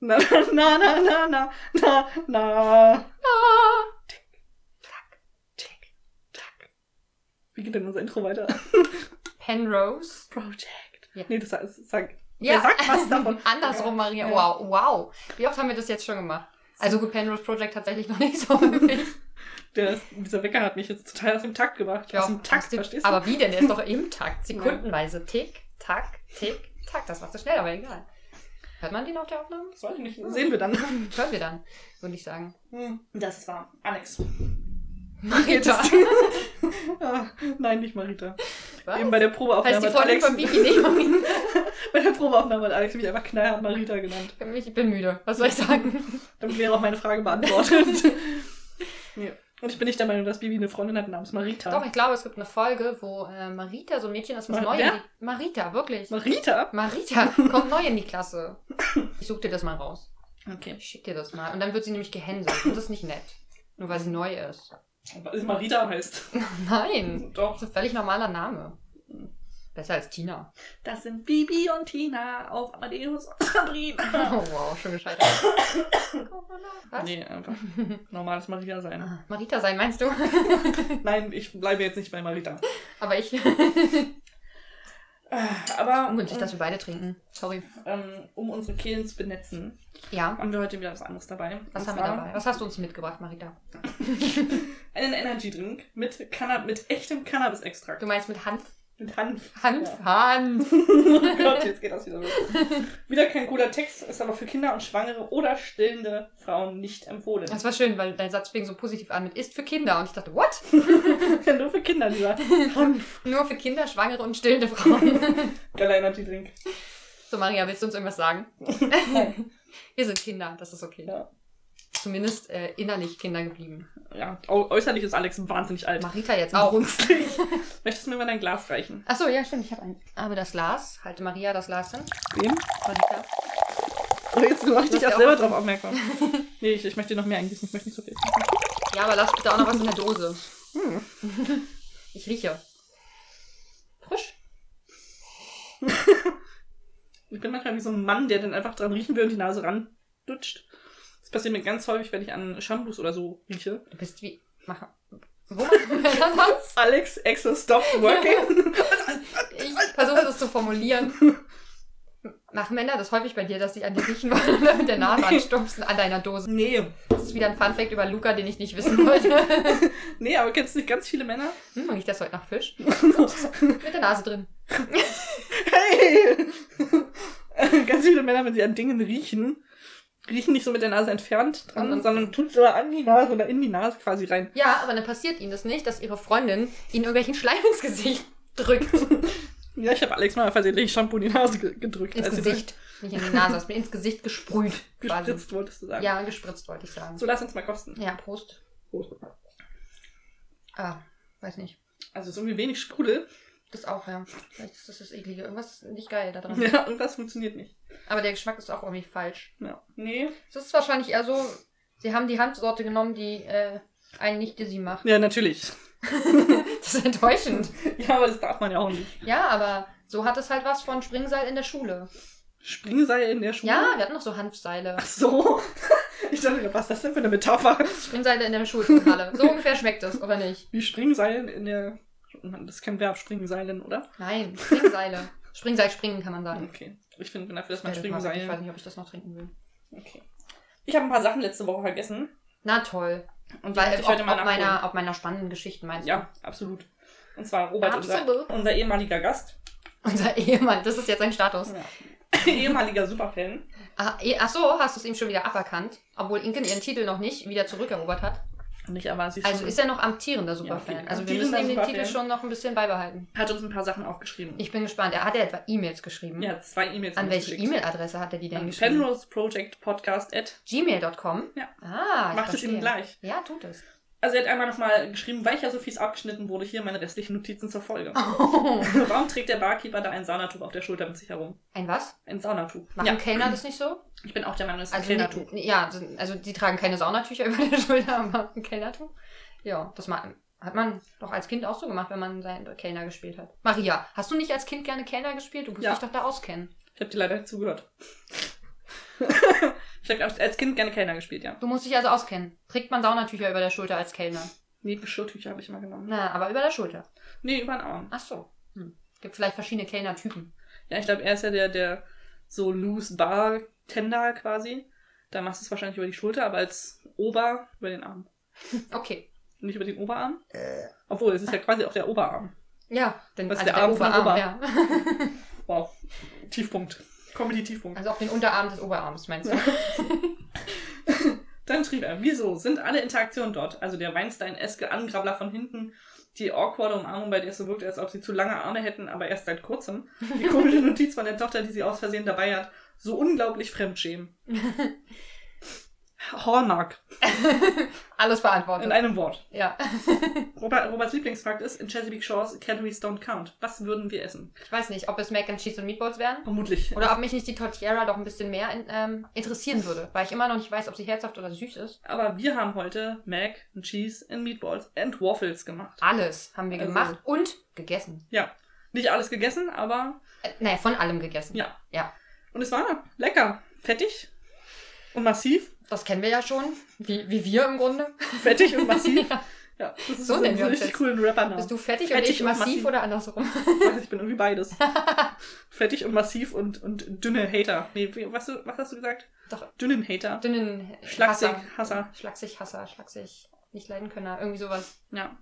Na, na, na, na, na, na, na. Wie geht denn unser Intro weiter? Penrose. Project. Ja. Nee, das heißt, sag, Wer sagt was davon? Andersrum, Maria. Ja. Wow, wow. Wie oft haben wir das jetzt schon gemacht? Also gut, Penrose Project tatsächlich noch nicht so häufig. der, dieser Wecker hat mich jetzt total aus dem Takt gemacht. Ja, aus dem Takt, aus dem- verstehst du? Aber wie denn? Der ist doch im Takt. Sekundenweise. Tick, tack, tick, tack. Das macht so schnell, aber egal. Hört man den auf der Aufnahme? das wollte ich nicht. Sehen wir dann. Hören wir dann, würde ich sagen. Das war Alex. Marita. Ah, Nein, nicht Marita. Was? Eben bei der Heißt Probeaufnahme die hat Freundin Alex. von Bibi nicht Marita? Bei der Probeaufnahme hat Alex mich einfach knallhart Marita genannt. Ich bin müde. Was soll ich sagen? Damit wäre auch meine Frage beantwortet. nee. Und ich bin nicht der Meinung, dass Bibi eine Freundin hat namens Marita. Doch, ich glaube, es gibt eine Folge, wo äh, Marita, so ein Mädchen, das muss Mar- neu wer? in die... Marita, wirklich. Marita? Marita kommt neu in die Klasse. Ich such dir das mal raus. Okay. Ich schick dir das mal. Und dann wird sie nämlich gehänselt. Und das ist nicht nett. Nur weil sie neu ist. Also Marita heißt. Nein. Das Doch. ist ein völlig normaler Name. Besser als Tina. Das sind Bibi und Tina auf Amadeus und Sabrina. Oh wow, schon gescheitert. Was? Nee, einfach normales Marita sein. Ah, Marita sein, meinst du? Nein, ich bleibe jetzt nicht bei Marita. Aber ich. Äh, Aber Ungünstig, dass wir beide trinken. Sorry. ähm, um unsere Kehlen zu benetzen, Ja. haben wir heute wieder was anderes dabei. Was Und haben wir zwar dabei? Was hast du uns mitgebracht, Marita? Einen Energy-Drink mit, Canna mit echtem Cannabis-Extrakt. Du meinst mit Hanf? Mit Hanf. Hanf? Ja. Hanf. Oh Gott, jetzt geht das wieder los. Wieder kein cooler Text, ist aber für Kinder und Schwangere oder stillende Frauen nicht empfohlen. Das war schön, weil dein Satz fing so positiv an mit ist für Kinder. Und ich dachte, what? Nur für Kinder, lieber. Hanf. Nur für Kinder, Schwangere und stillende Frauen. Geiler Energy-Drink. So, Maria, willst du uns irgendwas sagen? Wir sind Kinder, das ist okay. Ja. Zumindest äh, innerlich Kinder geblieben. Ja, äu äußerlich ist Alex wahnsinnig alt. Marita jetzt auch. Brunstig. Möchtest du mir mal dein Glas reichen? Achso, ja, stimmt, ich habe ein. Aber das Glas, halte Maria das Glas hin. Wem? Marita. Oh, jetzt mach ich Du hast dich auch ja selber auch- drauf aufmerksam. nee, ich, ich möchte dir noch mehr eingießen. Ich möchte nicht so viel. Ja, aber lass bitte auch noch was in der Dose. Ich rieche. Hm. Frisch. Ich bin manchmal wie so ein Mann, der dann einfach dran riechen will und die Nase randutscht. Das passiert mir ganz häufig, wenn ich an Shampoos oder so rieche. Du bist wie. Mach. Wo machen wir das? Alex, Exe, stop working. Ich versuche das zu formulieren. Machen Männer das häufig bei dir, dass sie an dir riechen wollen und dann mit der Nase anstupsen an deiner Dose? nee. Das ist wieder ein Funfact über Luca, den ich nicht wissen wollte. Nee, aber kennst du nicht ganz viele Männer? Hm, riecht das heute nach Fisch? Mit der Nase drin. Hey! ganz viele Männer, wenn sie an Dingen riechen, riechen nicht so mit der Nase entfernt dran, Mhm. sondern tun es immer an die Nase oder in die Nase quasi rein. Ja, aber dann passiert ihnen das nicht, dass ihre Freundin ihnen irgendwelchen Schleim ins Gesicht drückt. Also Ja, ich habe Alex mal versehentlich Shampoo in die Nase ge gedrückt. Ins als sie Gesicht. Nicht in die Nase, es ist mir ins Gesicht gesprüht. quasi. Gespritzt, wolltest du sagen. Ja, gespritzt wollte ich sagen. So, lass uns mal kosten. Ja, Prost. Ah, weiß nicht. Also, es ist irgendwie wenig Sprudel. Das auch, ja. Vielleicht ist das das Eklige. Irgendwas ist nicht geil da dran. Ja, irgendwas funktioniert nicht. Aber der Geschmack ist auch irgendwie falsch. Ja. Nee. Es ist wahrscheinlich eher so, sie haben die Handsorte genommen, die äh, einen nicht dizzy macht. Ja, natürlich. Das ist enttäuschend. Ja, aber das darf man ja auch nicht. Ja, aber so hat es halt was von Springseil in der Schule. Springseil in der Schule? Ja, wir hatten noch so Hanfseile. Ach so. Ich dachte, mir, was ist das denn für eine Metapher? Springseile in der Schulhalle. So ungefähr schmeckt es, oder nicht? Wie Springseilen in der. Mann, Das ist kein Verb, Springseilen, oder? Nein, Springseile. Springseil springen kann man sagen. Äh, Okay. Ich finde, bin dafür, Mhm. dass man Ich weiß Springseilen. nicht, ob ich das noch trinken will. Okay. Ich habe ein paar Sachen letzte Woche vergessen. Na toll. Und die Weil, möchte ob, ich heute ob, mal nachholen. meiner, ob meiner spannenden Geschichten meinst du? Ja, absolut. Und zwar Robert, Absolut. unser, unser ehemaliger Gast. Unser Ehemann, das ist jetzt sein Status. Ja. ehemaliger Superfan. Ah, eh- Ach so, hast du es ihm schon wieder aberkannt, obwohl Inken ihren Titel noch nicht wieder zurückerobert hat. Nicht, aber sie ist Also schon- ist er noch amtierender Superfan. okay. Also wir müssen Amtierender ihm den Titel Superfan. schon noch ein bisschen beibehalten. hat uns ein paar Sachen aufgeschrieben. Ich bin gespannt. Er hat ja etwa E-Mails geschrieben. ja, zwei E-Mails An uns welche geschickt. E-Mail-Adresse hat er die denn An geschrieben? Penrose Project Podcast at. Gmail.com? Ja. Ah, ich Macht es verstehe. ihm gleich. Ja, tut es. Also er hat einmal nochmal geschrieben, weil ich ja so fies abgeschnitten wurde, hier meine restlichen Notizen zur Folge. Warum trägt der Barkeeper da ein Saunatuch auf der Schulter mit sich herum? Ein was? Ein Saunatuch. Machen Ja, Kellner das nicht so? ich bin auch der Meinung, es ist ein Also, Kellnertuch. nee, ja, also- also die tragen keine Saunatücher über der Schulter, aber ein Kellnertuch. Ja, das ma- hat man doch als Kind auch so gemacht, wenn man seinen Kellner gespielt hat. Maria, hast du nicht als Kind gerne Kellner gespielt? Du musst Ja. dich doch da auskennen. Ich habe dir leider nicht zugehört. Ich habe als Kind gerne Kellner gespielt, ja. Du musst dich also auskennen. Trägt man Saunatücher über der Schulter als Kellner? Nee, Geschirrtücher habe ich immer genommen. ne? Na, aber über der Schulter. Nee, über den Arm. Ach so. Hm. Gibt vielleicht verschiedene Kellnertypen. Ja, ich glaube, er ist ja der, der so loose Bartender quasi. Da machst du es wahrscheinlich über die Schulter, aber als Ober über den Arm. Okay. Nicht über den Oberarm. Obwohl, es ist ja quasi auch der Oberarm. Ja, denn Das also ist der, der der Arm von Oberarm, ja. Wow. Tiefpunkt. Comedy-Tiefpunkt. Also auf den Unterarm des Oberarms, meinst du? Dann schrieb er, wieso sind alle Interaktionen dort? Also der Weinstein-eske Angrabler von hinten, die awkwarde Umarmung, bei der es so wirkt, als ob sie zu lange Arme hätten, aber erst seit kurzem. Die komische Notiz von der Tochter, die sie aus Versehen dabei hat, so unglaublich fremdschämen. Hallmark, Alles in beantwortet. einem Wort. Ja. Robert, Roberts Lieblingsfakt ist, in Chesapeake Shores, Calories don't count. Was würden wir essen? Ich weiß nicht, ob es Mac and Cheese und Meatballs wären. Vermutlich. Oder ob mich nicht die Tortilla doch ein bisschen mehr in, ähm, interessieren würde, weil ich immer noch nicht weiß, ob sie herzhaft oder süß ist. Aber wir haben heute Mac and Cheese and Meatballs and Waffles gemacht. Alles haben wir Also- gemacht und gegessen. Ja, nicht alles gegessen, aber Äh, naja, von allem gegessen. ja. Ja. Und es war lecker, fettig und massiv. Das kennen wir ja schon, wie, wie wir im Grunde. Fettig und massiv. Ja. ja, das ist So so, nennen ein wir uns richtig jetzt. coolen Rapper Bist Namen. du fettig, und Fettig ich und massiv, massiv. oder andersrum? Ich bin irgendwie beides. fettig und massiv und, und dünne Hater. Nee, wie- was, du- was hast du gesagt? Doch. Dünnen Hater. Dünnen Schlagsig, Hasser. Hasser. Schlagsig, Hasser, Schlagsig, nicht leiden können, ne? irgendwie sowas. Ja.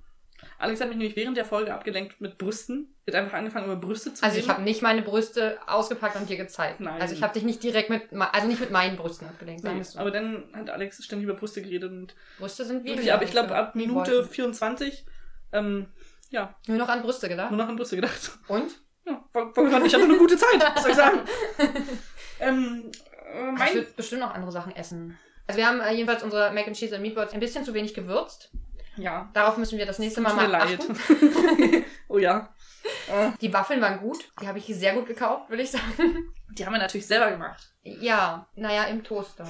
Alex hat mich nämlich während der Folge abgelenkt mit Brüsten. Er hat einfach angefangen, über Brüste zu Also ich reden. habe nicht meine Brüste ausgepackt und dir gezeigt. Nein. Also ich habe dich nicht direkt mit, me- also nicht mit meinen Brüsten abgelenkt, sagen Nee, wir's so. aber dann hat Alex ständig über Brüste geredet und Brüste sind wie wirklich, aber ich glaube Brüste. ab Die Minute wollten. 24 ähm, ja, Nur noch an Brüste nur gedacht. noch an Brüste gedacht. Und? Ja, war- war gewandt. ich hatte eine gute Zeit, was soll ich sagen. ähm, äh, ich mein, würde bestimmt noch andere Sachen essen. Also wir haben äh, jedenfalls unsere Mac and Cheese und Meatballs ein bisschen zu wenig gewürzt. ja, Darauf müssen wir das nächste Mal tut mir mal leid. achten. oh ja. Äh, Die Waffeln waren gut. Die habe ich sehr gut gekauft, würde ich sagen. die haben wir natürlich selber gemacht. Ja, naja, im Toaster.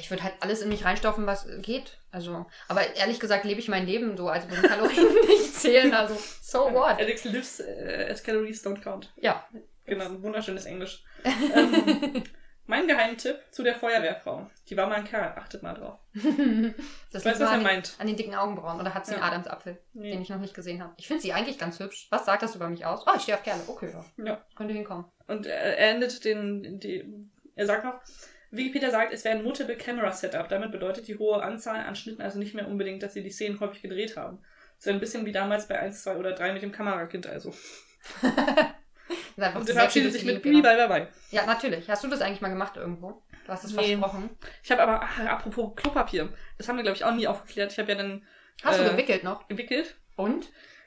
Ich würde halt alles in mich reinstopfen, was geht. Also, aber ehrlich gesagt lebe ich mein Leben so, also wenn Kalorien nicht zählen, also so what. Alex lives äh, as calories don't count. Ja, Genau, ein wunderschönes Englisch. ähm, mein Geheimtipp zu der Feuerwehrfrau. Die war mal ein Kerl, achtet mal drauf. das Ich weiß, liegt was er nur an, den- meint. an den dicken Augenbrauen oder hat sie einen Ja. Adamsapfel, Nee. den ich noch nicht gesehen habe. Ich finde sie eigentlich ganz hübsch. Was sagt das über mich aus? Oh, ich stehe auf Kerle. Okay, ja. Ja. Könnte hinkommen. Und er er endet den, die, er sagt noch, Wikipedia sagt, es wäre ein Multiple Camera Setup. Damit bedeutet die hohe Anzahl an Schnitten also nicht mehr unbedingt, dass sie die Szenen häufig gedreht haben. So ein bisschen wie damals bei 1, 2 oder 3 mit dem Kamerakind also. Das ist einfach Und sehr er verabschiedet vieles sich mit Lied, Bibi, genau. bye, bye, bye. Ja, natürlich. Hast du das eigentlich mal gemacht irgendwo? Du hast es Nee. versprochen. Ich habe aber, ach, apropos Klopapier, das haben wir glaube ich auch nie aufgeklärt. Ich habe ja dann Hast du Äh. gewickelt noch? gewickelt. Und?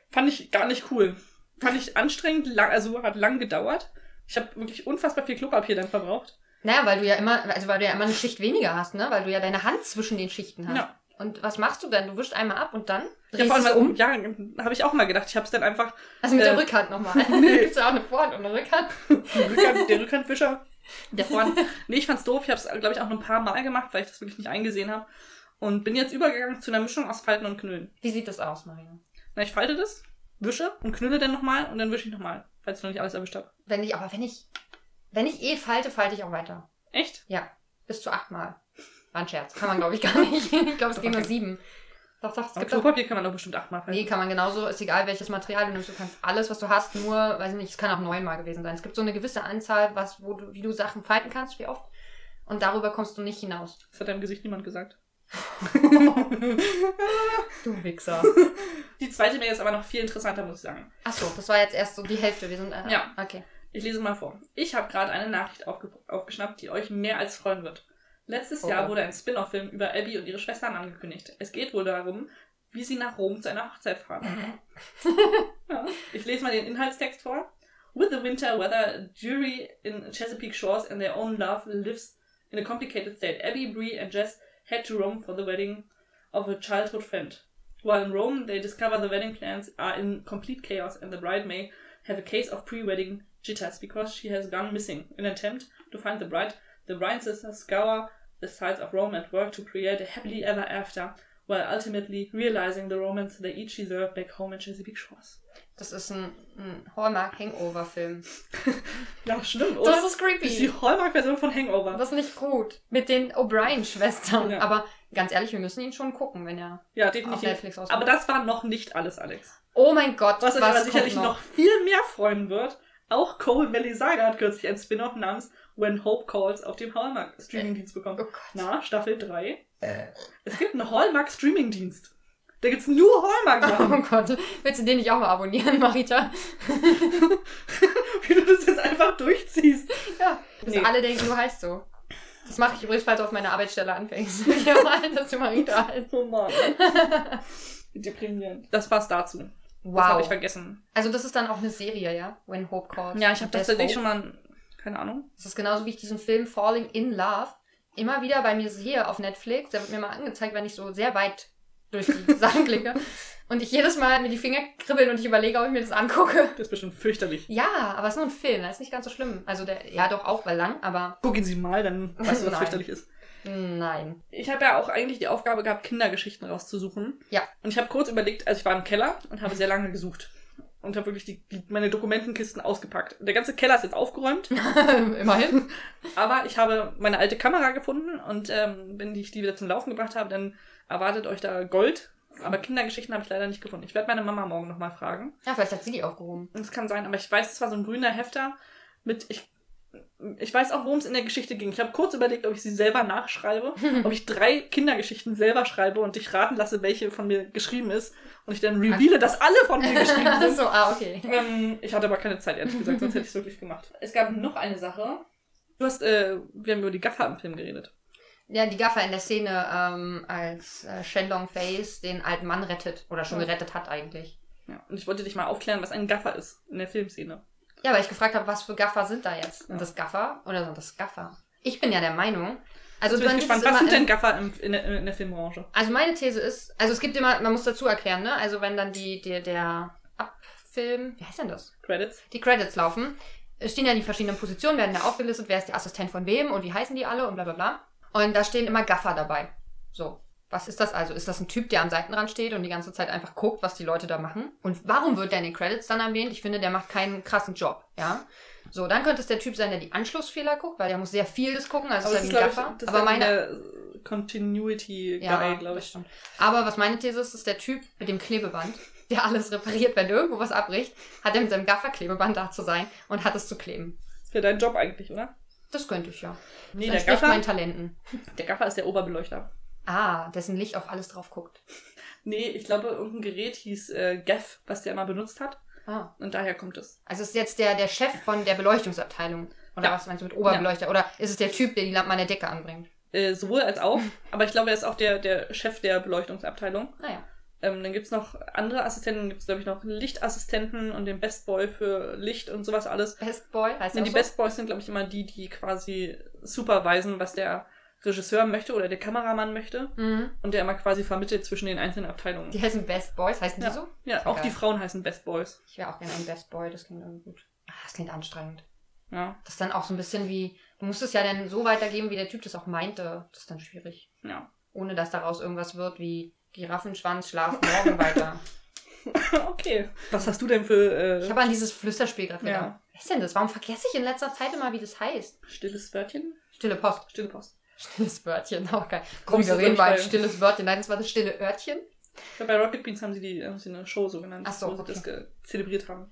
Fand ich gar nicht cool. Fand ich anstrengend, lang, also hat lang gedauert. Ich habe wirklich unfassbar viel Klopapier dann verbraucht. Naja, weil du ja immer, also weil du ja immer eine Schicht weniger hast, ne? Weil du ja deine Hand zwischen den Schichten hast. Ja. Und was machst du dann? Du wischst einmal ab und dann Ja, drehst vor allem, du es weil- um. Ja, habe ich auch mal gedacht. Ich habe es dann einfach Also mit der äh, Rückhand nochmal. nee. Gibt's ja auch eine Vorhand und eine Rückhand. Der Rückhand, der Rückhandwischer. Der Vorhand. Nee, ich fand's doof. Ich hab's, glaube ich, auch nur ein paar Mal gemacht, weil ich das wirklich nicht eingesehen habe. Und bin jetzt übergegangen zu einer Mischung aus Falten und Knüllen. Wie sieht das aus, Marina? Na, ich falte das, wische und knülle dann nochmal und dann wische ich nochmal, falls ich noch nicht alles erwischt habe. Wenn ich, aber wenn ich, wenn ich eh falte, falte ich auch weiter. Echt? Ja. Bis zu achtmal. War ein Scherz. Kann man, glaube ich, gar nicht. Ich glaube, es Doch, ging nur okay. sieben. Doch, doch, es Aber gibt auch. Klopapier kann man doch bestimmt achtmal falten. Nee, kann man genauso, ist egal welches Material du nimmst, du kannst alles, was du hast, nur, weiß ich nicht, es kann auch neunmal gewesen sein. Es gibt so eine gewisse Anzahl, was, wo du, wie du Sachen falten kannst, wie oft. Und darüber kommst du nicht hinaus. Das hat deinem Gesicht niemand gesagt. Du Wichser. Die zweite Mail ist aber noch viel interessanter, muss ich sagen. Achso, das war jetzt erst so die Hälfte. Wir sind. Äh, Ja. Okay. Ich lese mal vor. Ich habe gerade eine Nachricht aufge aufgeschnappt, die euch mehr als freuen wird. Letztes Oh. Jahr wurde ein Spin-off-Film über Abby und ihre Schwestern angekündigt. Es geht wohl darum, wie sie nach Rom zu einer Hochzeit fahren. ja. Ich lese mal den Inhaltstext vor. With the winter weather, a jury in Chesapeake Shores and their own love lives in a complicated state. Abby, Bree and Jess head to Rome for the wedding of a childhood friend. While in Rome, they discover the wedding plans are in complete chaos and the bride may have a case of pre-wedding jitters because she has gone missing. In an attempt to find the bride, the bride sisters scour the sights of Rome and work to create a happily ever after while ultimately realizing the romance they each deserve back home in Chesapeake Shores. Das ist ein, ein Hallmark-Hangover-Film. Ja, stimmt, oder? Das Oh, Das ist ist die creepy. Hallmark-Version von Hangover. Das ist nicht gut. Mit den O'Brien-Schwestern. Ja. Aber ganz ehrlich, wir müssen ihn schon gucken, wenn er Ja, auf definitiv. Netflix rauskommt. Aber das war noch nicht alles, Alex. oh mein Gott, Was was, euch aber kommt sicherlich noch? viel mehr freuen wird, auch Coal Valley Saga hat kürzlich ein Spin-off namens When Hope Calls auf dem Hallmark Streamingdienst Oh bekommen. Gott. Na, Staffel 3. Es gibt einen Hallmark Streamingdienst. Da gibt's nur Hallmark Oh Sachen. Gott. Willst du den nicht auch mal abonnieren, Marita? Wie du das jetzt einfach durchziehst. Ja. Dass Nee. alle denken, du heißt so. Das mache ich übrigens, falls du auf meiner Arbeitsstelle anfängst. Ja, mal, dass du Marita heißt. Oh Mann. Deprimierend. Das war's dazu. Das habe ich Wow. vergessen. also das ist dann auch eine Serie, ja? When Hope Calls. Ja, ich habe There's tatsächlich Hope. schon mal. Keine Ahnung. Das ist genauso wie ich diesen Film Falling in Love immer wieder bei mir sehe auf Netflix. Der wird mir mal angezeigt, wenn ich so sehr weit durch die Sachen klicke. Und ich jedes Mal mir die Finger kribbeln und ich überlege, ob ich mir das angucke. Das ist bestimmt fürchterlich. Ja, aber es ist nur ein Film, das ist nicht ganz so schlimm. Also der, ja doch auch, weil lang, aber Gucken Sie mal, dann weißt du, was Nein. fürchterlich ist. nein. ich habe ja auch eigentlich die Aufgabe gehabt, Kindergeschichten rauszusuchen. Ja. Und ich habe kurz überlegt, also ich war im Keller und habe sehr lange gesucht. Und habe wirklich die, die, meine Dokumentenkisten ausgepackt. Der ganze Keller ist jetzt aufgeräumt, Immerhin. aber ich habe meine alte Kamera gefunden und ähm, wenn ich die wieder zum Laufen gebracht habe, dann erwartet euch da Gold. Aber Kindergeschichten habe ich leider nicht gefunden. Ich werde meine Mama morgen nochmal fragen. Ja, vielleicht hat sie die aufgehoben. Das kann sein, aber ich weiß, es war so ein grüner Hefter mit. Ich, ich weiß auch, worum es in der Geschichte ging. Ich habe kurz überlegt, ob ich sie selber nachschreibe, ob ich drei Kindergeschichten selber schreibe und dich raten lasse, welche von mir geschrieben ist. Und ich dann reveale, dass alle von mir geschrieben sind. so, ah, okay. Ähm, ich hatte aber keine Zeit, ehrlich gesagt, sonst hätte ich es wirklich gemacht. Es gab noch eine Sache. Du hast, äh, wir haben über die Gaffer im Film geredet. Ja, die Gaffer in der Szene, ähm, als äh, Shenlong Face den alten Mann rettet oder schon Ja. gerettet hat eigentlich. Ja. Also Und ich wollte dich mal aufklären, was ein Gaffer ist in der Filmszene. Ja, weil ich gefragt habe, was für Gaffer sind da jetzt? Sind Ja. das Gaffer oder sind das Gaffer? Ich bin ja der Meinung. Also, Jetzt bin man ich gibt es gespannt, was immer sind denn in- Gaffer im, in, der, in der Filmbranche? also meine These ist, also es gibt immer, man muss dazu erklären, ne? Also wenn dann die, die der Abfilm, wie heißt denn das? Credits? die Credits laufen, es stehen ja die verschiedenen Positionen, werden da aufgelistet, wer ist der Assistent von wem und wie heißen die alle und bla bla bla. Und da stehen immer Gaffer dabei. So, was ist das also? Ist das ein Typ, der am Seitenrand steht und die ganze Zeit einfach guckt, was die Leute da machen? Und warum wird der in den Credits dann erwähnt? Ich finde, der macht keinen krassen Job, ja. So, dann könnte es der Typ sein, der die Anschlussfehler guckt, weil der muss sehr vieles gucken, also ist er ein glaub ich, Gaffer. das Aber ist meine der Continuity ja, Guy, glaube das ich. stimmt. Aber was meine These ist, ist der Typ mit dem Klebeband, der alles repariert, wenn irgendwo was abbricht, hat er mit seinem Gaffer-Klebeband da zu sein und hat es zu kleben. Das wäre dein Job eigentlich, oder? Das könnte ich ja. Nee, das der entspricht meinen Gaffer, Talenten. der Gaffer ist der Oberbeleuchter. Ah, dessen Licht auf alles drauf guckt. Nee, ich glaube, irgendein Gerät hieß äh, Gaff, was der immer benutzt hat. Ah. Und daher kommt es. Also ist jetzt der, der Chef von der Beleuchtungsabteilung. Oder Ja. was meinst du mit Oberbeleuchter? Oder ist es der Typ, der die Lampe an der Decke anbringt? Äh, sowohl als auch. aber ich glaube, er ist auch der, der Chef der Beleuchtungsabteilung. Naja. Ähm, dann gibt's noch andere Assistenten. gibt's glaube ich, noch Lichtassistenten und den Best Boy für Licht und sowas alles. Best Boy heißt Und der die auch so? Best Boys sind, glaube ich, immer die, die quasi supervisen, was der Regisseur möchte oder der Kameramann möchte. Mhm. Und der immer quasi vermittelt zwischen den einzelnen Abteilungen. Die heißen Best Boys, heißen die so? Ja, Ist auch egal. die Frauen heißen Best Boys. Ich wäre auch gerne ein Best Boy, das klingt irgendwie gut. Ah, das klingt anstrengend. Ja, Das ist dann auch so ein bisschen wie, du musst es ja dann so weitergeben, wie der Typ das auch meinte. Das ist dann schwierig. ja. Ohne dass daraus irgendwas wird wie Giraffenschwanz, schlaf morgen weiter. okay. Was hast du denn für äh, Ich habe an dieses Flüsterspiel gerade Ja. gedacht. Was ist denn das? Warum vergesse ich in letzter Zeit immer, wie das heißt? stilles Wörtchen? Stille Post. Stille Post. Stilles Wörtchen, auch geil. Komm, Kommst du wir reden mal gleich bei- stilles Wörtchen. Nein, das war das stille Örtchen. Ich glaub, bei Rocket Beans haben sie, die, haben sie eine Show so genannt, Ach so, wo sie okay. das ge- zelebriert haben.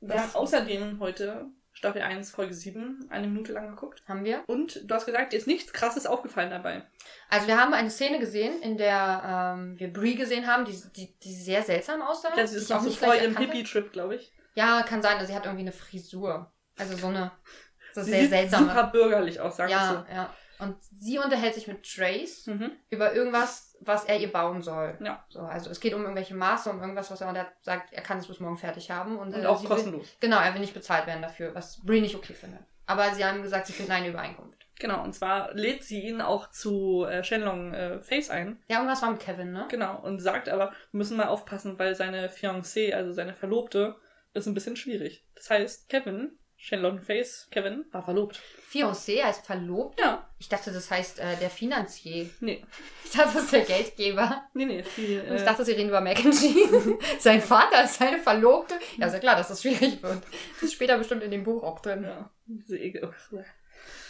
Wir haben außerdem heute Staffel 1, Folge 7, eine Minute lang geguckt. Haben wir. Und du hast gesagt, dir ist nichts krasses aufgefallen dabei. Also wir haben eine Szene gesehen, in der ähm, wir Brie gesehen haben, die, die, die sehr seltsam aussah. Das die ist ich noch auch so nicht vor gleich ihrem erkannt hab. Hippie-Trip, glaube ich. Ja, kann sein. Also sie hat irgendwie eine Frisur. Also so eine so Sie sehr sieht seltsame. super bürgerlich aus, sag Ja, ich ja. Und sie unterhält sich mit Trace so. Mhm. über irgendwas, was er ihr bauen soll. Ja. So, also es geht um irgendwelche Maße, um irgendwas, was er da sagt, er kann es bis morgen fertig haben. Und, Und äh, auch sie will, kostenlos. Genau, er will nicht bezahlt werden dafür, was Brie nicht okay findet. Aber sie haben gesagt, sie finden eine Übereinkunft. Genau, und zwar lädt sie ihn auch zu äh, Shenlong äh, Face ein. Ja, irgendwas war mit Kevin, ne? Genau, und sagt aber, wir müssen mal aufpassen, weil seine Fiancée, also seine Verlobte, ist ein bisschen schwierig. Das heißt, Kevin, Shenlong Face, Kevin, war verlobt. Fiancé heißt verlobt. Ja, Ich dachte, das heißt äh, der Finanzier. Nee. Ich dachte, das ist der Geldgeber. Nee, nee, ist die, Und ich äh, dachte, sie reden über McEngie. Sein Vater ist seine Verlobte. Ja, ist ja klar, dass das schwierig wird. Das ist später bestimmt in dem Buch auch drin. ja, diese Ekel.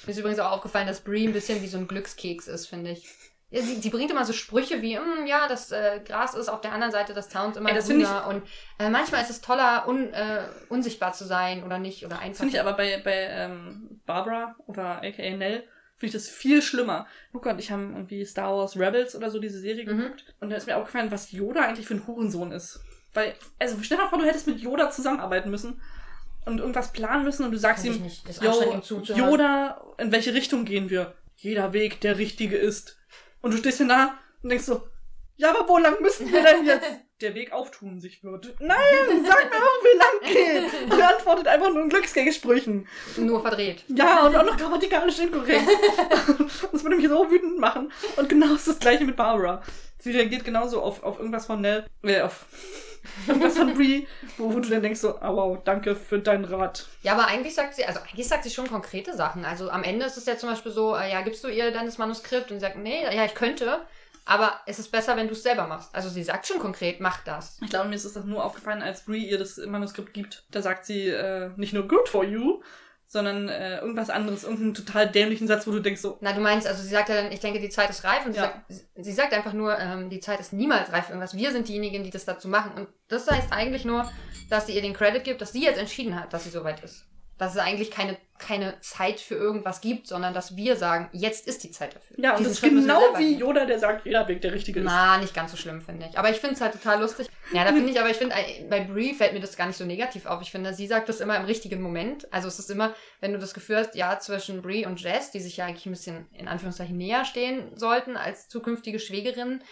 Mir ist übrigens auch aufgefallen, dass Brie ein bisschen wie so ein Glückskeks ist, finde ich. Ja, sie, sie bringt immer so Sprüche wie, "Mm, ja, das äh, Gras ist auf der anderen Seite des Towns immer Ey, das finde ich- grüner. Und äh, manchmal ist es toller, un, äh, unsichtbar zu sein oder nicht oder Das einfach. finde ich aber bei, bei ähm, Barbara oder aka Nell, finde ich das viel schlimmer. Luca und ich haben irgendwie Star Wars Rebels oder so diese Serie Mhm. geguckt und da ist mir aufgefallen, was Yoda eigentlich für ein Hurensohn ist. Weil, also stell dir mal vor, du hättest mit Yoda zusammenarbeiten müssen und irgendwas planen müssen und du sagst Weiß ich ihm, nicht. Das ist anstrengend, yo, ihm zuzuhören. Yoda, in welche Richtung gehen wir? Jeder Weg, der richtige ist. Und du stehst hier nah und denkst so, ja, aber wo lang müssen wir denn jetzt? Der Weg auftun sich wird. Nein, sag mir auch, wie lang geht. Und er antwortet einfach nur in Glücksgängesprüchen. Nur verdreht. Ja, und auch noch grammatikalisch inkorrekt. das würde mich so wütend machen. Und genau ist das gleiche mit Barbara. Sie reagiert genauso auf, auf irgendwas von Nell, äh, auf irgendwas von Brie, wo wo du dann denkst so, ah wow, danke für deinen Rat. Ja, aber eigentlich sagt sie, also eigentlich sagt sie schon konkrete Sachen. Also am Ende ist es ja zum Beispiel so, äh, ja, gibst du ihr dann das Manuskript und sie sagt, nee, ja, ich könnte, aber es ist besser, wenn du es selber machst. Also sie sagt schon konkret, mach das. Ich glaube, mir ist das nur aufgefallen, als Brie ihr das Manuskript gibt. Da sagt sie äh, nicht nur good for you, sondern äh, irgendwas anderes, irgendeinen total dämlichen Satz, wo du denkst so, Na, du meinst, also sie sagt ja dann, ich denke, die Zeit ist reif und sie, Ja. sagt, sie- sie sagt einfach nur, ähm, die Zeit ist niemals reif für irgendwas. Wir sind diejenigen, die das dazu machen. Und das heißt eigentlich nur, dass sie ihr den Credit gibt, dass sie jetzt entschieden hat, dass sie soweit ist. Dass es eigentlich keine, keine Zeit für irgendwas gibt, sondern dass wir sagen, jetzt ist die Zeit dafür. ja, und Diesen das ist Schritt müssen wir genau selber wie gehen. Yoda, der sagt, jeder Weg der richtige ist. Na, nicht ganz so schlimm, finde ich. Aber ich finde es halt total lustig. Ja, da finde ich, aber ich finde, äh, bei Brie fällt mir das gar nicht so negativ auf. Ich finde, sie sagt das immer im richtigen Moment. Also es ist immer, wenn du das Gefühl hast, ja, zwischen Brie und Jess, die sich ja eigentlich ein bisschen in Anführungszeichen näher stehen sollten als zukünftige Schwägerinnen.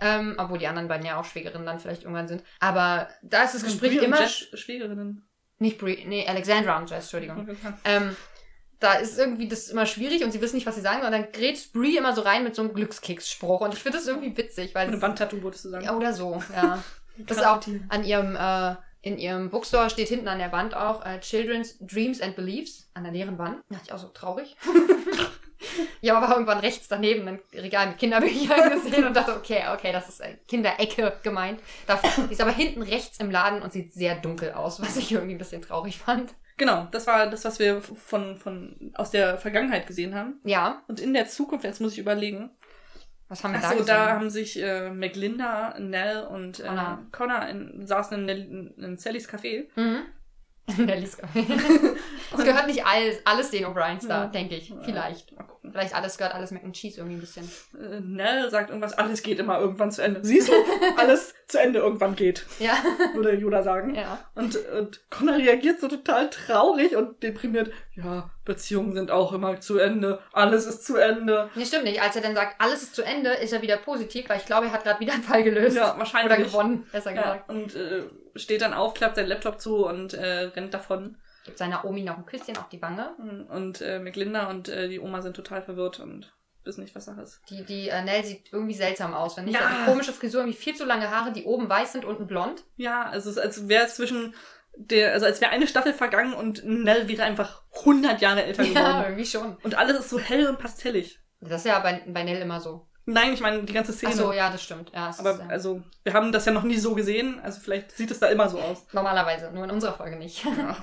Ähm, obwohl die anderen beiden ja auch Schwägerinnen dann vielleicht irgendwann sind. Aber da ist das Und Gespräch Brie und immer. Jess Schwägerinnen. Nicht Brie, nee, Alexandra und Jess, Entschuldigung. Ja, Ähm, da ist irgendwie das immer schwierig und sie wissen nicht, was sie sagen, und dann grätscht Brie immer so rein mit so einem Glückskeksspruch. Und ich finde das irgendwie witzig, weil Eine es- Wandtattoo würdest du sagen. Also- ja, oder so, ja. Das ist auch an ihrem, äh, in ihrem Bookstore steht hinten an der Wand auch äh, Children's Dreams and Beliefs an der leeren Wand. Dachte ich auch so traurig. ja, aber war irgendwann rechts daneben ein Regal mit Kinderbüchern gesehen und dachte, okay, okay, das ist äh, Kinderecke gemeint. Da die ist aber hinten rechts im Laden und sieht sehr dunkel aus, was ich irgendwie ein bisschen traurig fand. Genau, das war das, was wir von, von, aus der Vergangenheit gesehen haben. Ja, Und in der Zukunft, jetzt muss ich überlegen. was haben wir da Achso, gesehen? da haben sich äh, McLinda, Nell und äh, Connor. Connor, in, saßen in, Nell- in, in Sallys Café. mhm. Der Liska. Es gehört nicht alles, alles den O'Briens da, Ja. denke ich. Ja. Vielleicht. Mal gucken. Vielleicht alles gehört alles Mac and Cheese irgendwie ein bisschen. Äh, Nell sagt irgendwas, alles geht immer irgendwann zu Ende. Siehst du, alles zu Ende irgendwann geht, Ja, würde Yoda sagen. ja. Und, und Connor reagiert so total traurig und deprimiert. Ja, Beziehungen sind auch immer zu Ende. Alles ist zu Ende. Nee, stimmt nicht. Als er dann sagt, alles ist zu Ende, ist er wieder positiv, weil ich glaube, er hat gerade wieder einen Fall gelöst. Ja, wahrscheinlich. Oder gewonnen, besser Ja, gesagt. und äh, steht dann auf, klappt seinen Laptop zu und äh, rennt davon. Gibt seiner Omi noch ein Küsschen auf die Wange. Und äh, McLinda und äh, die Oma sind total verwirrt und wissen nicht, was Sache ist. Die, die äh, Nell sieht irgendwie seltsam aus, wenn nicht. Ja. Ja. Eine komische Frisur, irgendwie viel zu lange Haare, die oben weiß sind, unten blond. Ja, also es ist, als wäre zwischen der, also als wäre eine Staffel vergangen und Nell wäre einfach 100 Jahre älter geworden. Ja, irgendwie schon. Und alles ist so hell und pastellig. Das ist ja bei, bei Nell immer so. Nein, ich meine die ganze Szene. Ach so, ja, das stimmt. Ja, es Aber ist, äh, also, wir haben das ja noch nie so gesehen, also vielleicht sieht es da immer so aus. Normalerweise, nur in unserer Folge nicht. Ja.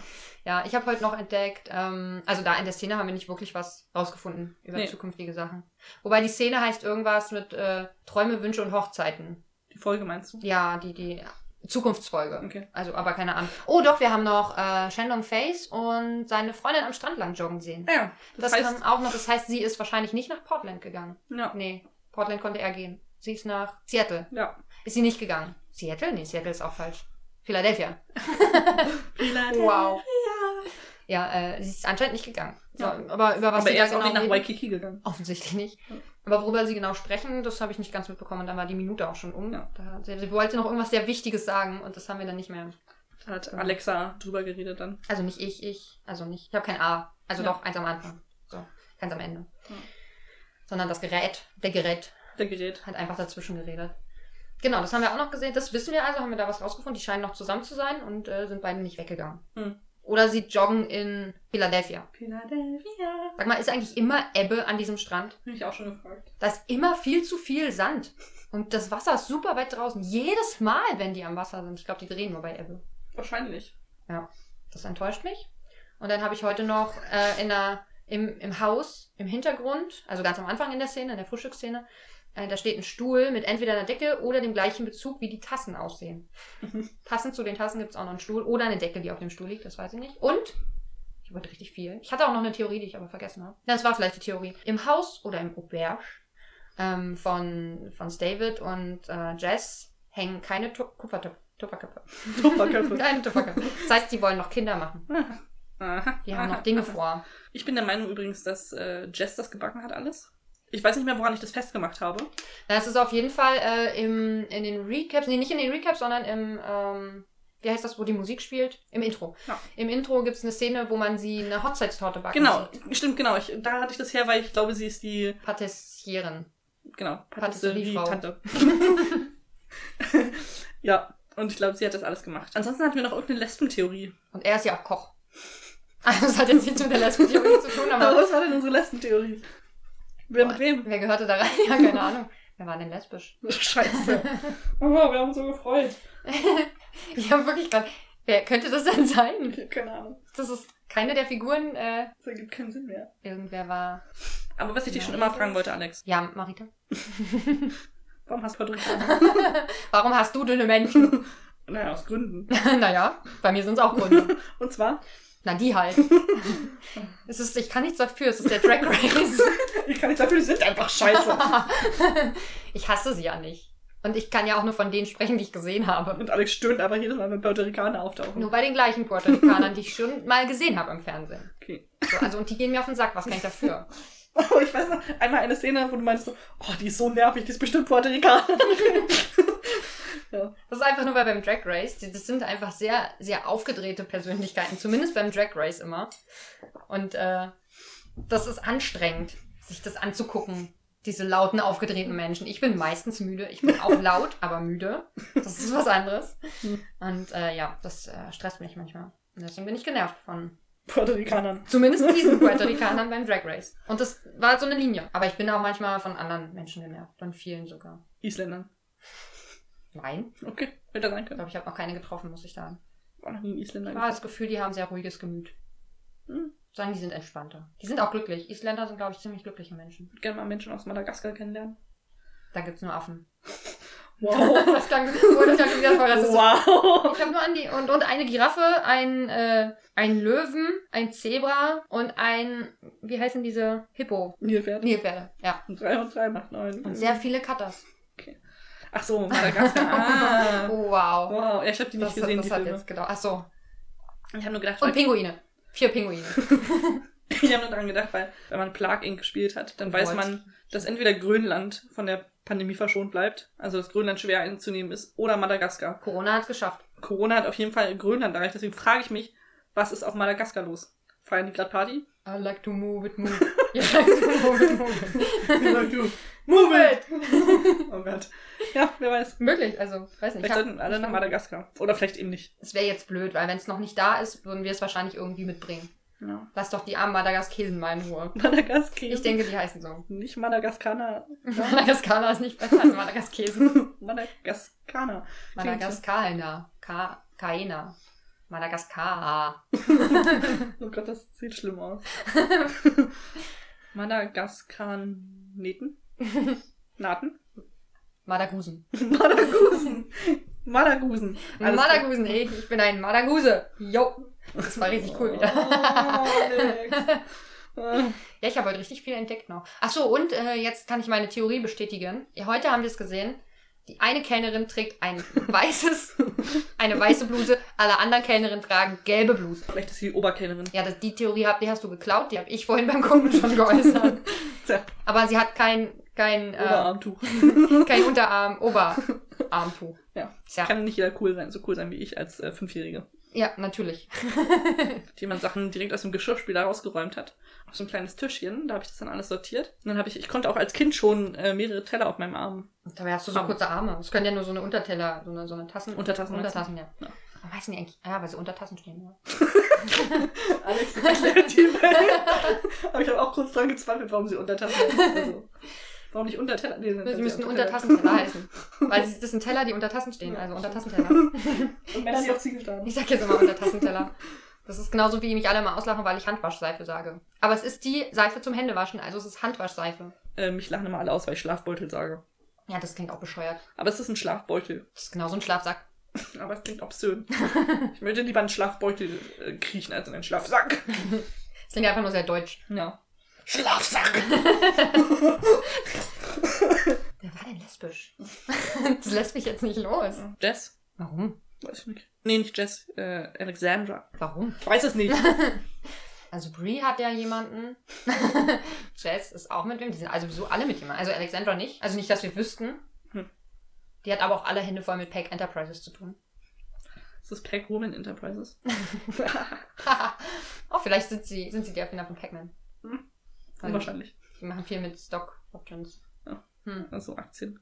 Ja, ich habe heute noch entdeckt, ähm, also da in der Szene haben wir nicht wirklich was rausgefunden über Nee. zukünftige Sachen. Wobei die Szene heißt irgendwas mit äh, Träume, Wünsche und Hochzeiten. Die Folge meinst du? Ja, die, die Zukunftsfolge. Okay. Also, aber keine Ahnung. Oh, doch, wir haben noch äh, Shandong Face und seine Freundin am Strand lang joggen sehen. Ah Ja, Das, das, heißt, kam auch noch, das heißt, sie ist wahrscheinlich nicht nach Portland gegangen. ja, Nee, Portland konnte er gehen. Sie ist nach Seattle. ja. Ist sie nicht gegangen? Seattle? Nee, Seattle ist auch falsch. Philadelphia. Wow. Ja, äh, sie ist anscheinend nicht gegangen. So, Ja. Aber über was Aber sie er ist da auch genau nicht nach reden- Waikiki gegangen. Offensichtlich nicht. Ja. Aber worüber sie genau sprechen, das habe ich nicht ganz mitbekommen. Und dann war die Minute auch schon um. Ja. Da, sie, sie wollte noch irgendwas sehr Wichtiges sagen und das haben wir dann nicht mehr. Da hat äh, Alexa drüber geredet dann. Also nicht ich, ich, also nicht. Ich habe kein A. Also Ja. doch, eins am Anfang. So, ganz am Ende. Ja. Sondern das Gerät, der Gerät, Der Gerät. hat einfach dazwischen geredet. Genau, das haben wir auch noch gesehen. Das wissen wir also, haben wir da was rausgefunden. Die scheinen noch zusammen zu sein und äh, sind beide nicht weggegangen. Hm. Oder sie joggen in Philadelphia. Philadelphia. Sag mal, ist eigentlich immer Ebbe an diesem Strand? Bin ich auch schon gefragt. Da ist immer viel zu viel Sand. Und das Wasser ist super weit draußen. Jedes Mal, wenn die am Wasser sind. Ich glaube, die drehen nur bei Ebbe. Wahrscheinlich. Das enttäuscht mich. Und dann habe ich heute noch äh, in der, im, im Haus, im Hintergrund, also ganz am Anfang in der Szene, in der Frühstücksszene, äh, da steht ein Stuhl mit entweder einer Decke oder dem gleichen Bezug, wie die Tassen aussehen. Mhm. Passend zu den Tassen gibt es auch noch einen Stuhl oder eine Decke, die auf dem Stuhl liegt, das weiß ich nicht. Und, ich wollte richtig viel. Ich hatte auch noch eine Theorie, die ich aber vergessen habe. Das war vielleicht die Theorie. Im Haus oder im Auberge ähm, von, von David und äh, Jess hängen keine Tu- Kupfertöpfe. Tupferköpfe. Tupferköpfe. Keine Tupferköpfe. Das heißt, sie wollen noch Kinder machen. Aha. Wir haben Aha. noch Dinge vor. Ich bin der Meinung übrigens, dass äh, Jess das gebacken hat alles. Ich weiß nicht mehr, woran ich das festgemacht habe. Na, es ist auf jeden Fall äh, im, in den Recaps, nee, nicht in den Recaps, sondern im, ähm, wie heißt das, wo die Musik spielt? Im Intro. Ja. Im Intro gibt es eine Szene, wo man sie eine Hochzeitstorte backen Genau, sieht. stimmt, genau. Ich, da hatte ich das her, weil ich glaube, sie ist die, Patissieren. genau, Patisseriefrau. Tante. ja, und ich glaube, sie hat das alles gemacht. Ansonsten hatten wir noch irgendeine Lesbentheorie. Und er ist ja auch Koch. Also das hat jetzt nichts mit der Lesbentheorie zu tun, Aber aber was war denn unsere Lesbentheorie? Wer mit wem? wer gehörte da rein? Ja, keine Ahnung. Wer war denn lesbisch? Scheiße. Mama, Oh, wir haben uns so gefreut. Ich habe wirklich gerade... Wer könnte das denn sein? Keine Ahnung. Das ist keine der Figuren. Äh, Das ergibt keinen Sinn mehr. irgendwer war... Aber was ich dich schon Ja. immer fragen wollte, Alex. Ja, Marita. Warum hast du heute Rücken? Warum hast du dünne Menschen? Naja, aus Gründen. naja, bei mir sind es auch Gründe. Und zwar, Na, die halt. es ist, ich kann nichts dafür, es ist der Drag Race. ich kann nicht dafür, die sind einfach scheiße. ich hasse sie ja nicht. Und ich kann ja auch nur von denen sprechen, die ich gesehen habe. Und Alex stöhnt aber jedes Mal, wenn Puerto Ricaner auftauchen. Nur bei den gleichen Puerto Ricanern, die ich schon mal gesehen habe im Fernsehen. Okay. So, also, und die gehen mir auf den Sack, was kann ich dafür? Oh, ich weiß noch, einmal eine Szene, wo du meinst so, oh, die ist so nervig, die ist bestimmt Puerto Ricaner. Das ist einfach nur, weil beim Drag Race, die- das sind einfach sehr, sehr aufgedrehte Persönlichkeiten, zumindest beim Drag Race immer. Und äh, das ist anstrengend, sich das anzugucken, diese lauten, aufgedrehten Menschen. Ich bin meistens müde, ich bin auch laut, aber müde. Das ist was anderes. Und äh, ja, das äh, stresst mich manchmal. Und deswegen bin ich genervt von Puerto Ricanern. zumindest diesen Puerto Ricanern beim Drag Race. Und das war so eine Linie. Aber ich bin auch manchmal von anderen Menschen genervt, von vielen sogar. Isländern. Nein, Okay, hätte sein ich können. glaube, ich habe noch keine getroffen, muss ich sagen. Ich war noch nie ein Isländer. Ich habe das Gefühl, die haben sehr ruhiges Gemüt. Hm. Sagen, die sind entspannter. Die sind auch glücklich. Isländer sind, glaube ich, ziemlich glückliche Menschen. Ich würde gerne mal Menschen aus Madagaskar kennenlernen. Da gibt es nur Affen. Wow. Das klang, oh, das klang schon wieder voll rassistisch. wow. Ich habe nur an die. Und, und eine Giraffe, ein, äh, ein Löwen, ein Zebra und ein. Wie heißen diese? Hippo. Nilpferd. Nilpferde, ja. Und drei und drei macht neun. Und sehr viele Katas. Ach so, Madagaskar. Ah. Oh, wow. Wow, ja, ich habe die nicht Das, hat, gesehen, das die hat Filme. jetzt gedauert. Achso. Ich habe nur gedacht, Und weil, Pinguine. Vier Pinguine. ich habe nur daran gedacht, weil wenn man Plague Inc. gespielt hat, dann weiß Wollt. man, dass entweder Grönland von der Pandemie verschont bleibt, also dass Grönland schwer einzunehmen ist, oder Madagaskar. Corona hat es geschafft. Corona hat auf jeden Fall Grönland erreicht, deswegen frage ich mich, was ist auf Madagaskar los? Feiern die gerade Party? I like to move it, move. it. I like to move it, move. it. Move Oh Gott. Ja, wer weiß. Möglich, also, weiß nicht. Vielleicht Ich hab- sollten alle nach Madagaskar. Oder vielleicht eben nicht. Es wäre jetzt blöd, weil wenn es noch nicht da ist, würden wir es wahrscheinlich irgendwie mitbringen. Ja. Lass doch die armen Madagaskesen mal in Ruhe. Madagaskar. Ich denke, die heißen so. Nicht Madagaskaner. Madagaskana ist nicht besser als Madagaskesen. Madagaskaner. Madagaskana. Ka Kaena. Madagaskar. Oh Gott, das sieht schlimm aus. Madagaskaneten? Naten? Madagusen. Madagusen. Madagusen. Alles klar. Madagusen, ey. Ich bin ein Madaguse. Jo. Das war richtig cool wieder. Oh, Alex. Ja, ich habe heute richtig viel entdeckt noch. Ach so, und äh, jetzt kann ich meine Theorie bestätigen. Ja, heute haben wir es gesehen. Die eine Kellnerin trägt ein weißes, eine weiße Bluse. Alle anderen Kellnerinnen tragen gelbe Bluse. Vielleicht ist sie die Oberkellnerin. Ja, das, die Theorie hab, die hast du geklaut, die habe ich vorhin beim Kunden schon geäußert. Tja. Aber sie hat kein, kein, äh, Oberarmtuch. kein Unterarm, Oberarmtuch. Ja. Tja. Kann nicht jeder cool sein, so cool sein wie ich als äh, Fünfjährige. Ja, natürlich. Die man Sachen direkt aus dem Geschirrspüler rausgeräumt hat. Auf so ein kleines Tischchen, da habe ich das dann alles sortiert. Und dann habe ich, ich konnte auch als Kind schon äh, mehrere Teller auf meinem Arm. Dabei hast du so Arm. kurze Arme. Das können ja nur so eine Unterteller, so eine, so eine Tassen. Untertassen, meinst du? Untertassen, ja. Ja. Warum heißen die eigentlich? Ah, ja, weil sie unter Tassen stehen. Ja. Alex erklärt die Welt. Aber ich habe auch kurz dran gezweifelt, warum sie Untertassen heißen. Also, warum nicht Unterteller? Nee, Sie müssen halt. unter Tassenteller heißen. Weil sie- das sind Teller, die unter Tassen stehen. Ja, Also unter stimmt. Tassenteller. Und Männer, die auf Ziegen starren. Ich sag jetzt immer unter Tassenteller. Das ist genauso, wie mich alle immer auslachen, weil ich Handwaschseife sage. Aber es ist die Seife zum Händewaschen, also es ist Handwaschseife. Äh, mich lachen immer alle aus, weil ich Schlafbeutel sage. Ja, das klingt auch bescheuert. Aber es ist ein Schlafbeutel. Das ist genauso ein Schlafsack. Aber es klingt obszön. ich möchte lieber einen Schlafbeutel äh, kriechen als in einen Schlafsack. Das klingt einfach nur sehr deutsch. Ja. Schlafsack! Wer war denn lesbisch? das lässt mich jetzt nicht los. Jess? Warum? Weiß ich nicht. Nee, nicht Jess. Äh, Alexandra. Warum? Ich weiß es nicht. Also Brie hat ja jemanden. Jess ist auch mit wem. Die sind also sowieso alle mit jemandem. Also Alexandra nicht. Also nicht, dass wir wüssten. Hm. Die hat aber auch alle Hände voll mit Pack Enterprises zu tun. Ist das Pack Woman Enterprises? oh, vielleicht sind sie, sind sie die Erfinder von Pac-Man. Hm. Weil Unwahrscheinlich. Die machen viel mit Stock Options. Ja. Hm. Also Aktien.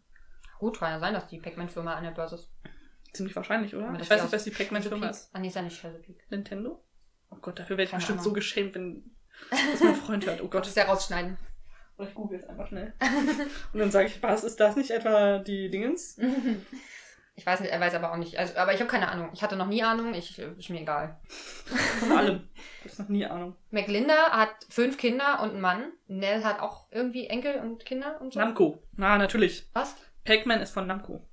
Gut, kann ja sein, dass die Pac-Man-Firma an der Börse ist. Ziemlich wahrscheinlich, oder? Aber das Ich weiß ja nicht, was die Pac-Man-Firma Chesapeake. ist. Ah, nee, ist ja nicht Chesapeake. Nintendo? Oh Gott, dafür werde ich Keine bestimmt Ahnung. so geschämt, wenn das mein Freund hört. Oh Gott, Gott. das ja rausschneiden. Oder ich google es einfach schnell. Und dann sage ich, was ist das nicht etwa die Dingens? Ich weiß nicht, er weiß aber auch nicht. Also, aber ich habe keine Ahnung. Ich hatte noch nie Ahnung. Ich, ist mir egal. Von allem. Ich habe noch nie Ahnung. McLinda hat fünf Kinder und einen Mann. Nell hat auch irgendwie Enkel und Kinder und so. Namco. Na, natürlich. Was? Pac-Man ist von Namco.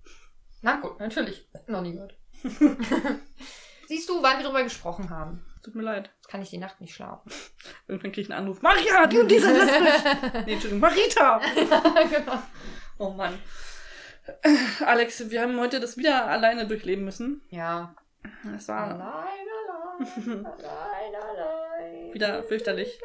Na gut, natürlich. Noch nie gehört. Siehst du, wann wir darüber gesprochen haben? Tut mir leid. Jetzt kann ich die Nacht nicht schlafen. Irgendwann kriege ich einen Anruf. Maria, die und diese Liste. Nee, Entschuldigung, Marita. genau. Oh Mann. Alex, wir haben heute das wieder alleine durchleben müssen. Ja. Es Oh war Allein, allein, allein, allein. wieder fürchterlich.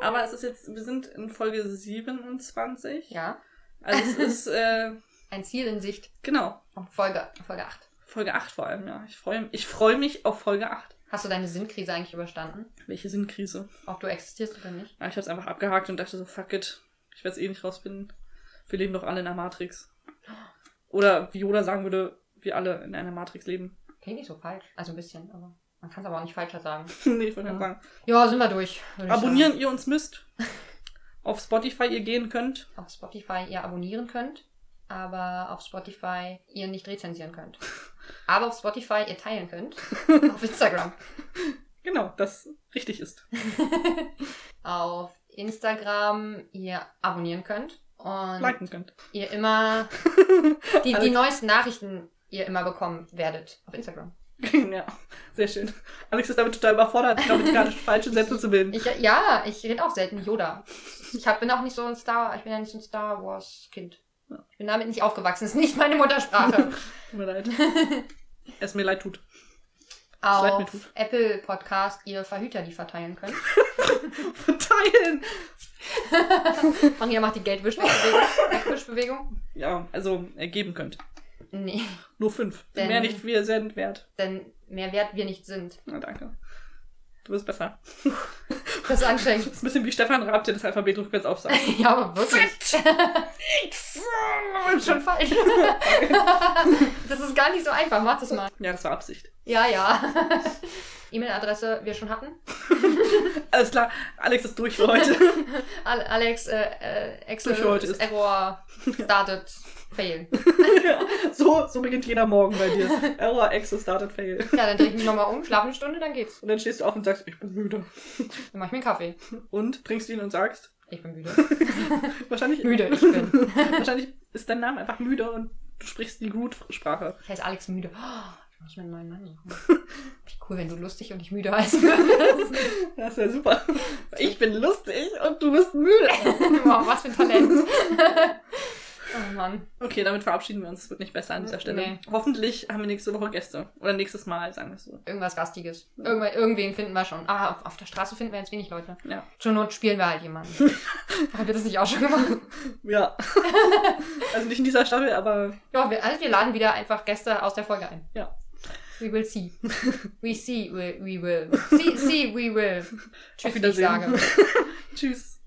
Aber es ist jetzt, wir sind in Folge 27. Ja, Also es ist, äh, ein Ziel in Sicht. Oh, genau, Folge, Folge 8. Folge 8 vor allem, ja. Ich freue ich freu mich auf Folge 8. Hast du deine Sinnkrise eigentlich überstanden? Welche Sinnkrise? Ob du existierst oder nicht? Ja, ich habe es einfach abgehakt und dachte so, fuck it. Ich werde es eh nicht rausfinden. Wir leben doch alle in einer Matrix. Oder wie Yoda sagen würde, wir alle in einer Matrix leben. Klingt nicht so falsch. Also ein bisschen, aber man kann es aber auch nicht falscher sagen. nee, ich wollte gerade Ja. sagen. Ja, sind wir durch. würde ich Abonnieren ihr uns müsst. Auf Spotify ihr gehen könnt. Sagen. Auf Spotify ihr abonnieren könnt, aber auf Spotify ihr nicht rezensieren könnt. Aber auf Spotify ihr teilen könnt. auf Instagram. Genau, das richtig ist. Auf Instagram ihr abonnieren könnt. Und Liken könnt. ihr immer die, die Alles. neuesten Nachrichten ihr immer bekommen werdet auf Instagram. ja, sehr schön. Alex ist damit total überfordert, glaube ich, gerade falsche Sätze zu bilden. Ich, ja, ich rede auch selten Yoda. Ich hab, bin auch nicht so ein Star, ich bin ja nicht so ein Star Wars Kind. Ja. Ich bin damit nicht aufgewachsen, ist nicht meine Muttersprache. Tut mir leid. Es mir leid tut. leid mir auf tut. Apple Podcast ihr Verhüter, die verteilen könnt. Verteilen! Maria macht die Geldwischbewegung. Wegwischbewegung. Ja, also äh, geben könnt. Nee, Nur fünf. Denn- Mehr nicht, wir sind wert. denn mehr wert wir nicht sind. Na, danke. Du bist besser. Das ist anstrengend. Das ist ein bisschen wie Stefan Raab, der das Alphabet rückwärts aufsagt. ja, aber wirklich. Ist schon falsch. das ist gar nicht so einfach, mach das mal. Ja, das war Absicht. Ja, ja. E-Mail-Adresse wir schon hatten. Alles klar, Alex ist durch für heute. Al Alex, äh, äh, Excel, Durch für heute ist- Error, started, fail. so, so beginnt jeder Morgen bei dir. Error, Access, Started, Fail. Ja, dann drehe ich mich nochmal um, schlafe eine Stunde, dann geht's. Und dann stehst du auf und sagst, ich bin müde. Dann mach ich mir einen Kaffee. Und trinkst ihn und sagst, Ich bin müde. wahrscheinlich, Müde, ich bin. wahrscheinlich ist dein Name einfach müde und du sprichst die Gutsprache. Ich heiße Alex müde. Oh, ich muss mir einen neuen Mann suchen. Wie cool, wenn du lustig und nicht müde heißen würdest. Das ist ja super. Ich bin lustig und du bist müde. wow, was für ein Talent. oh Mann. Okay, damit verabschieden wir uns. Es wird nicht besser an dieser Stelle. Nee. Hoffentlich haben wir nächste Woche Gäste. Oder nächstes Mal, sagen wir es so. Irgendwas Gastiges. Irgendwe irgendwen finden wir schon. Ah, auf, auf der Straße finden wir jetzt wenig Leute. Ja. Zur Not spielen wir halt jemanden. Haben wir das nicht auch schon gemacht? Ja. also nicht in dieser Staffel, aber Ja, wir, also wir laden wieder einfach Gäste aus der Folge ein. Ja. We will see. We see, we, we will. See, see, we will. Tschüss, wie ich Wiedersehen. sage. tschüss.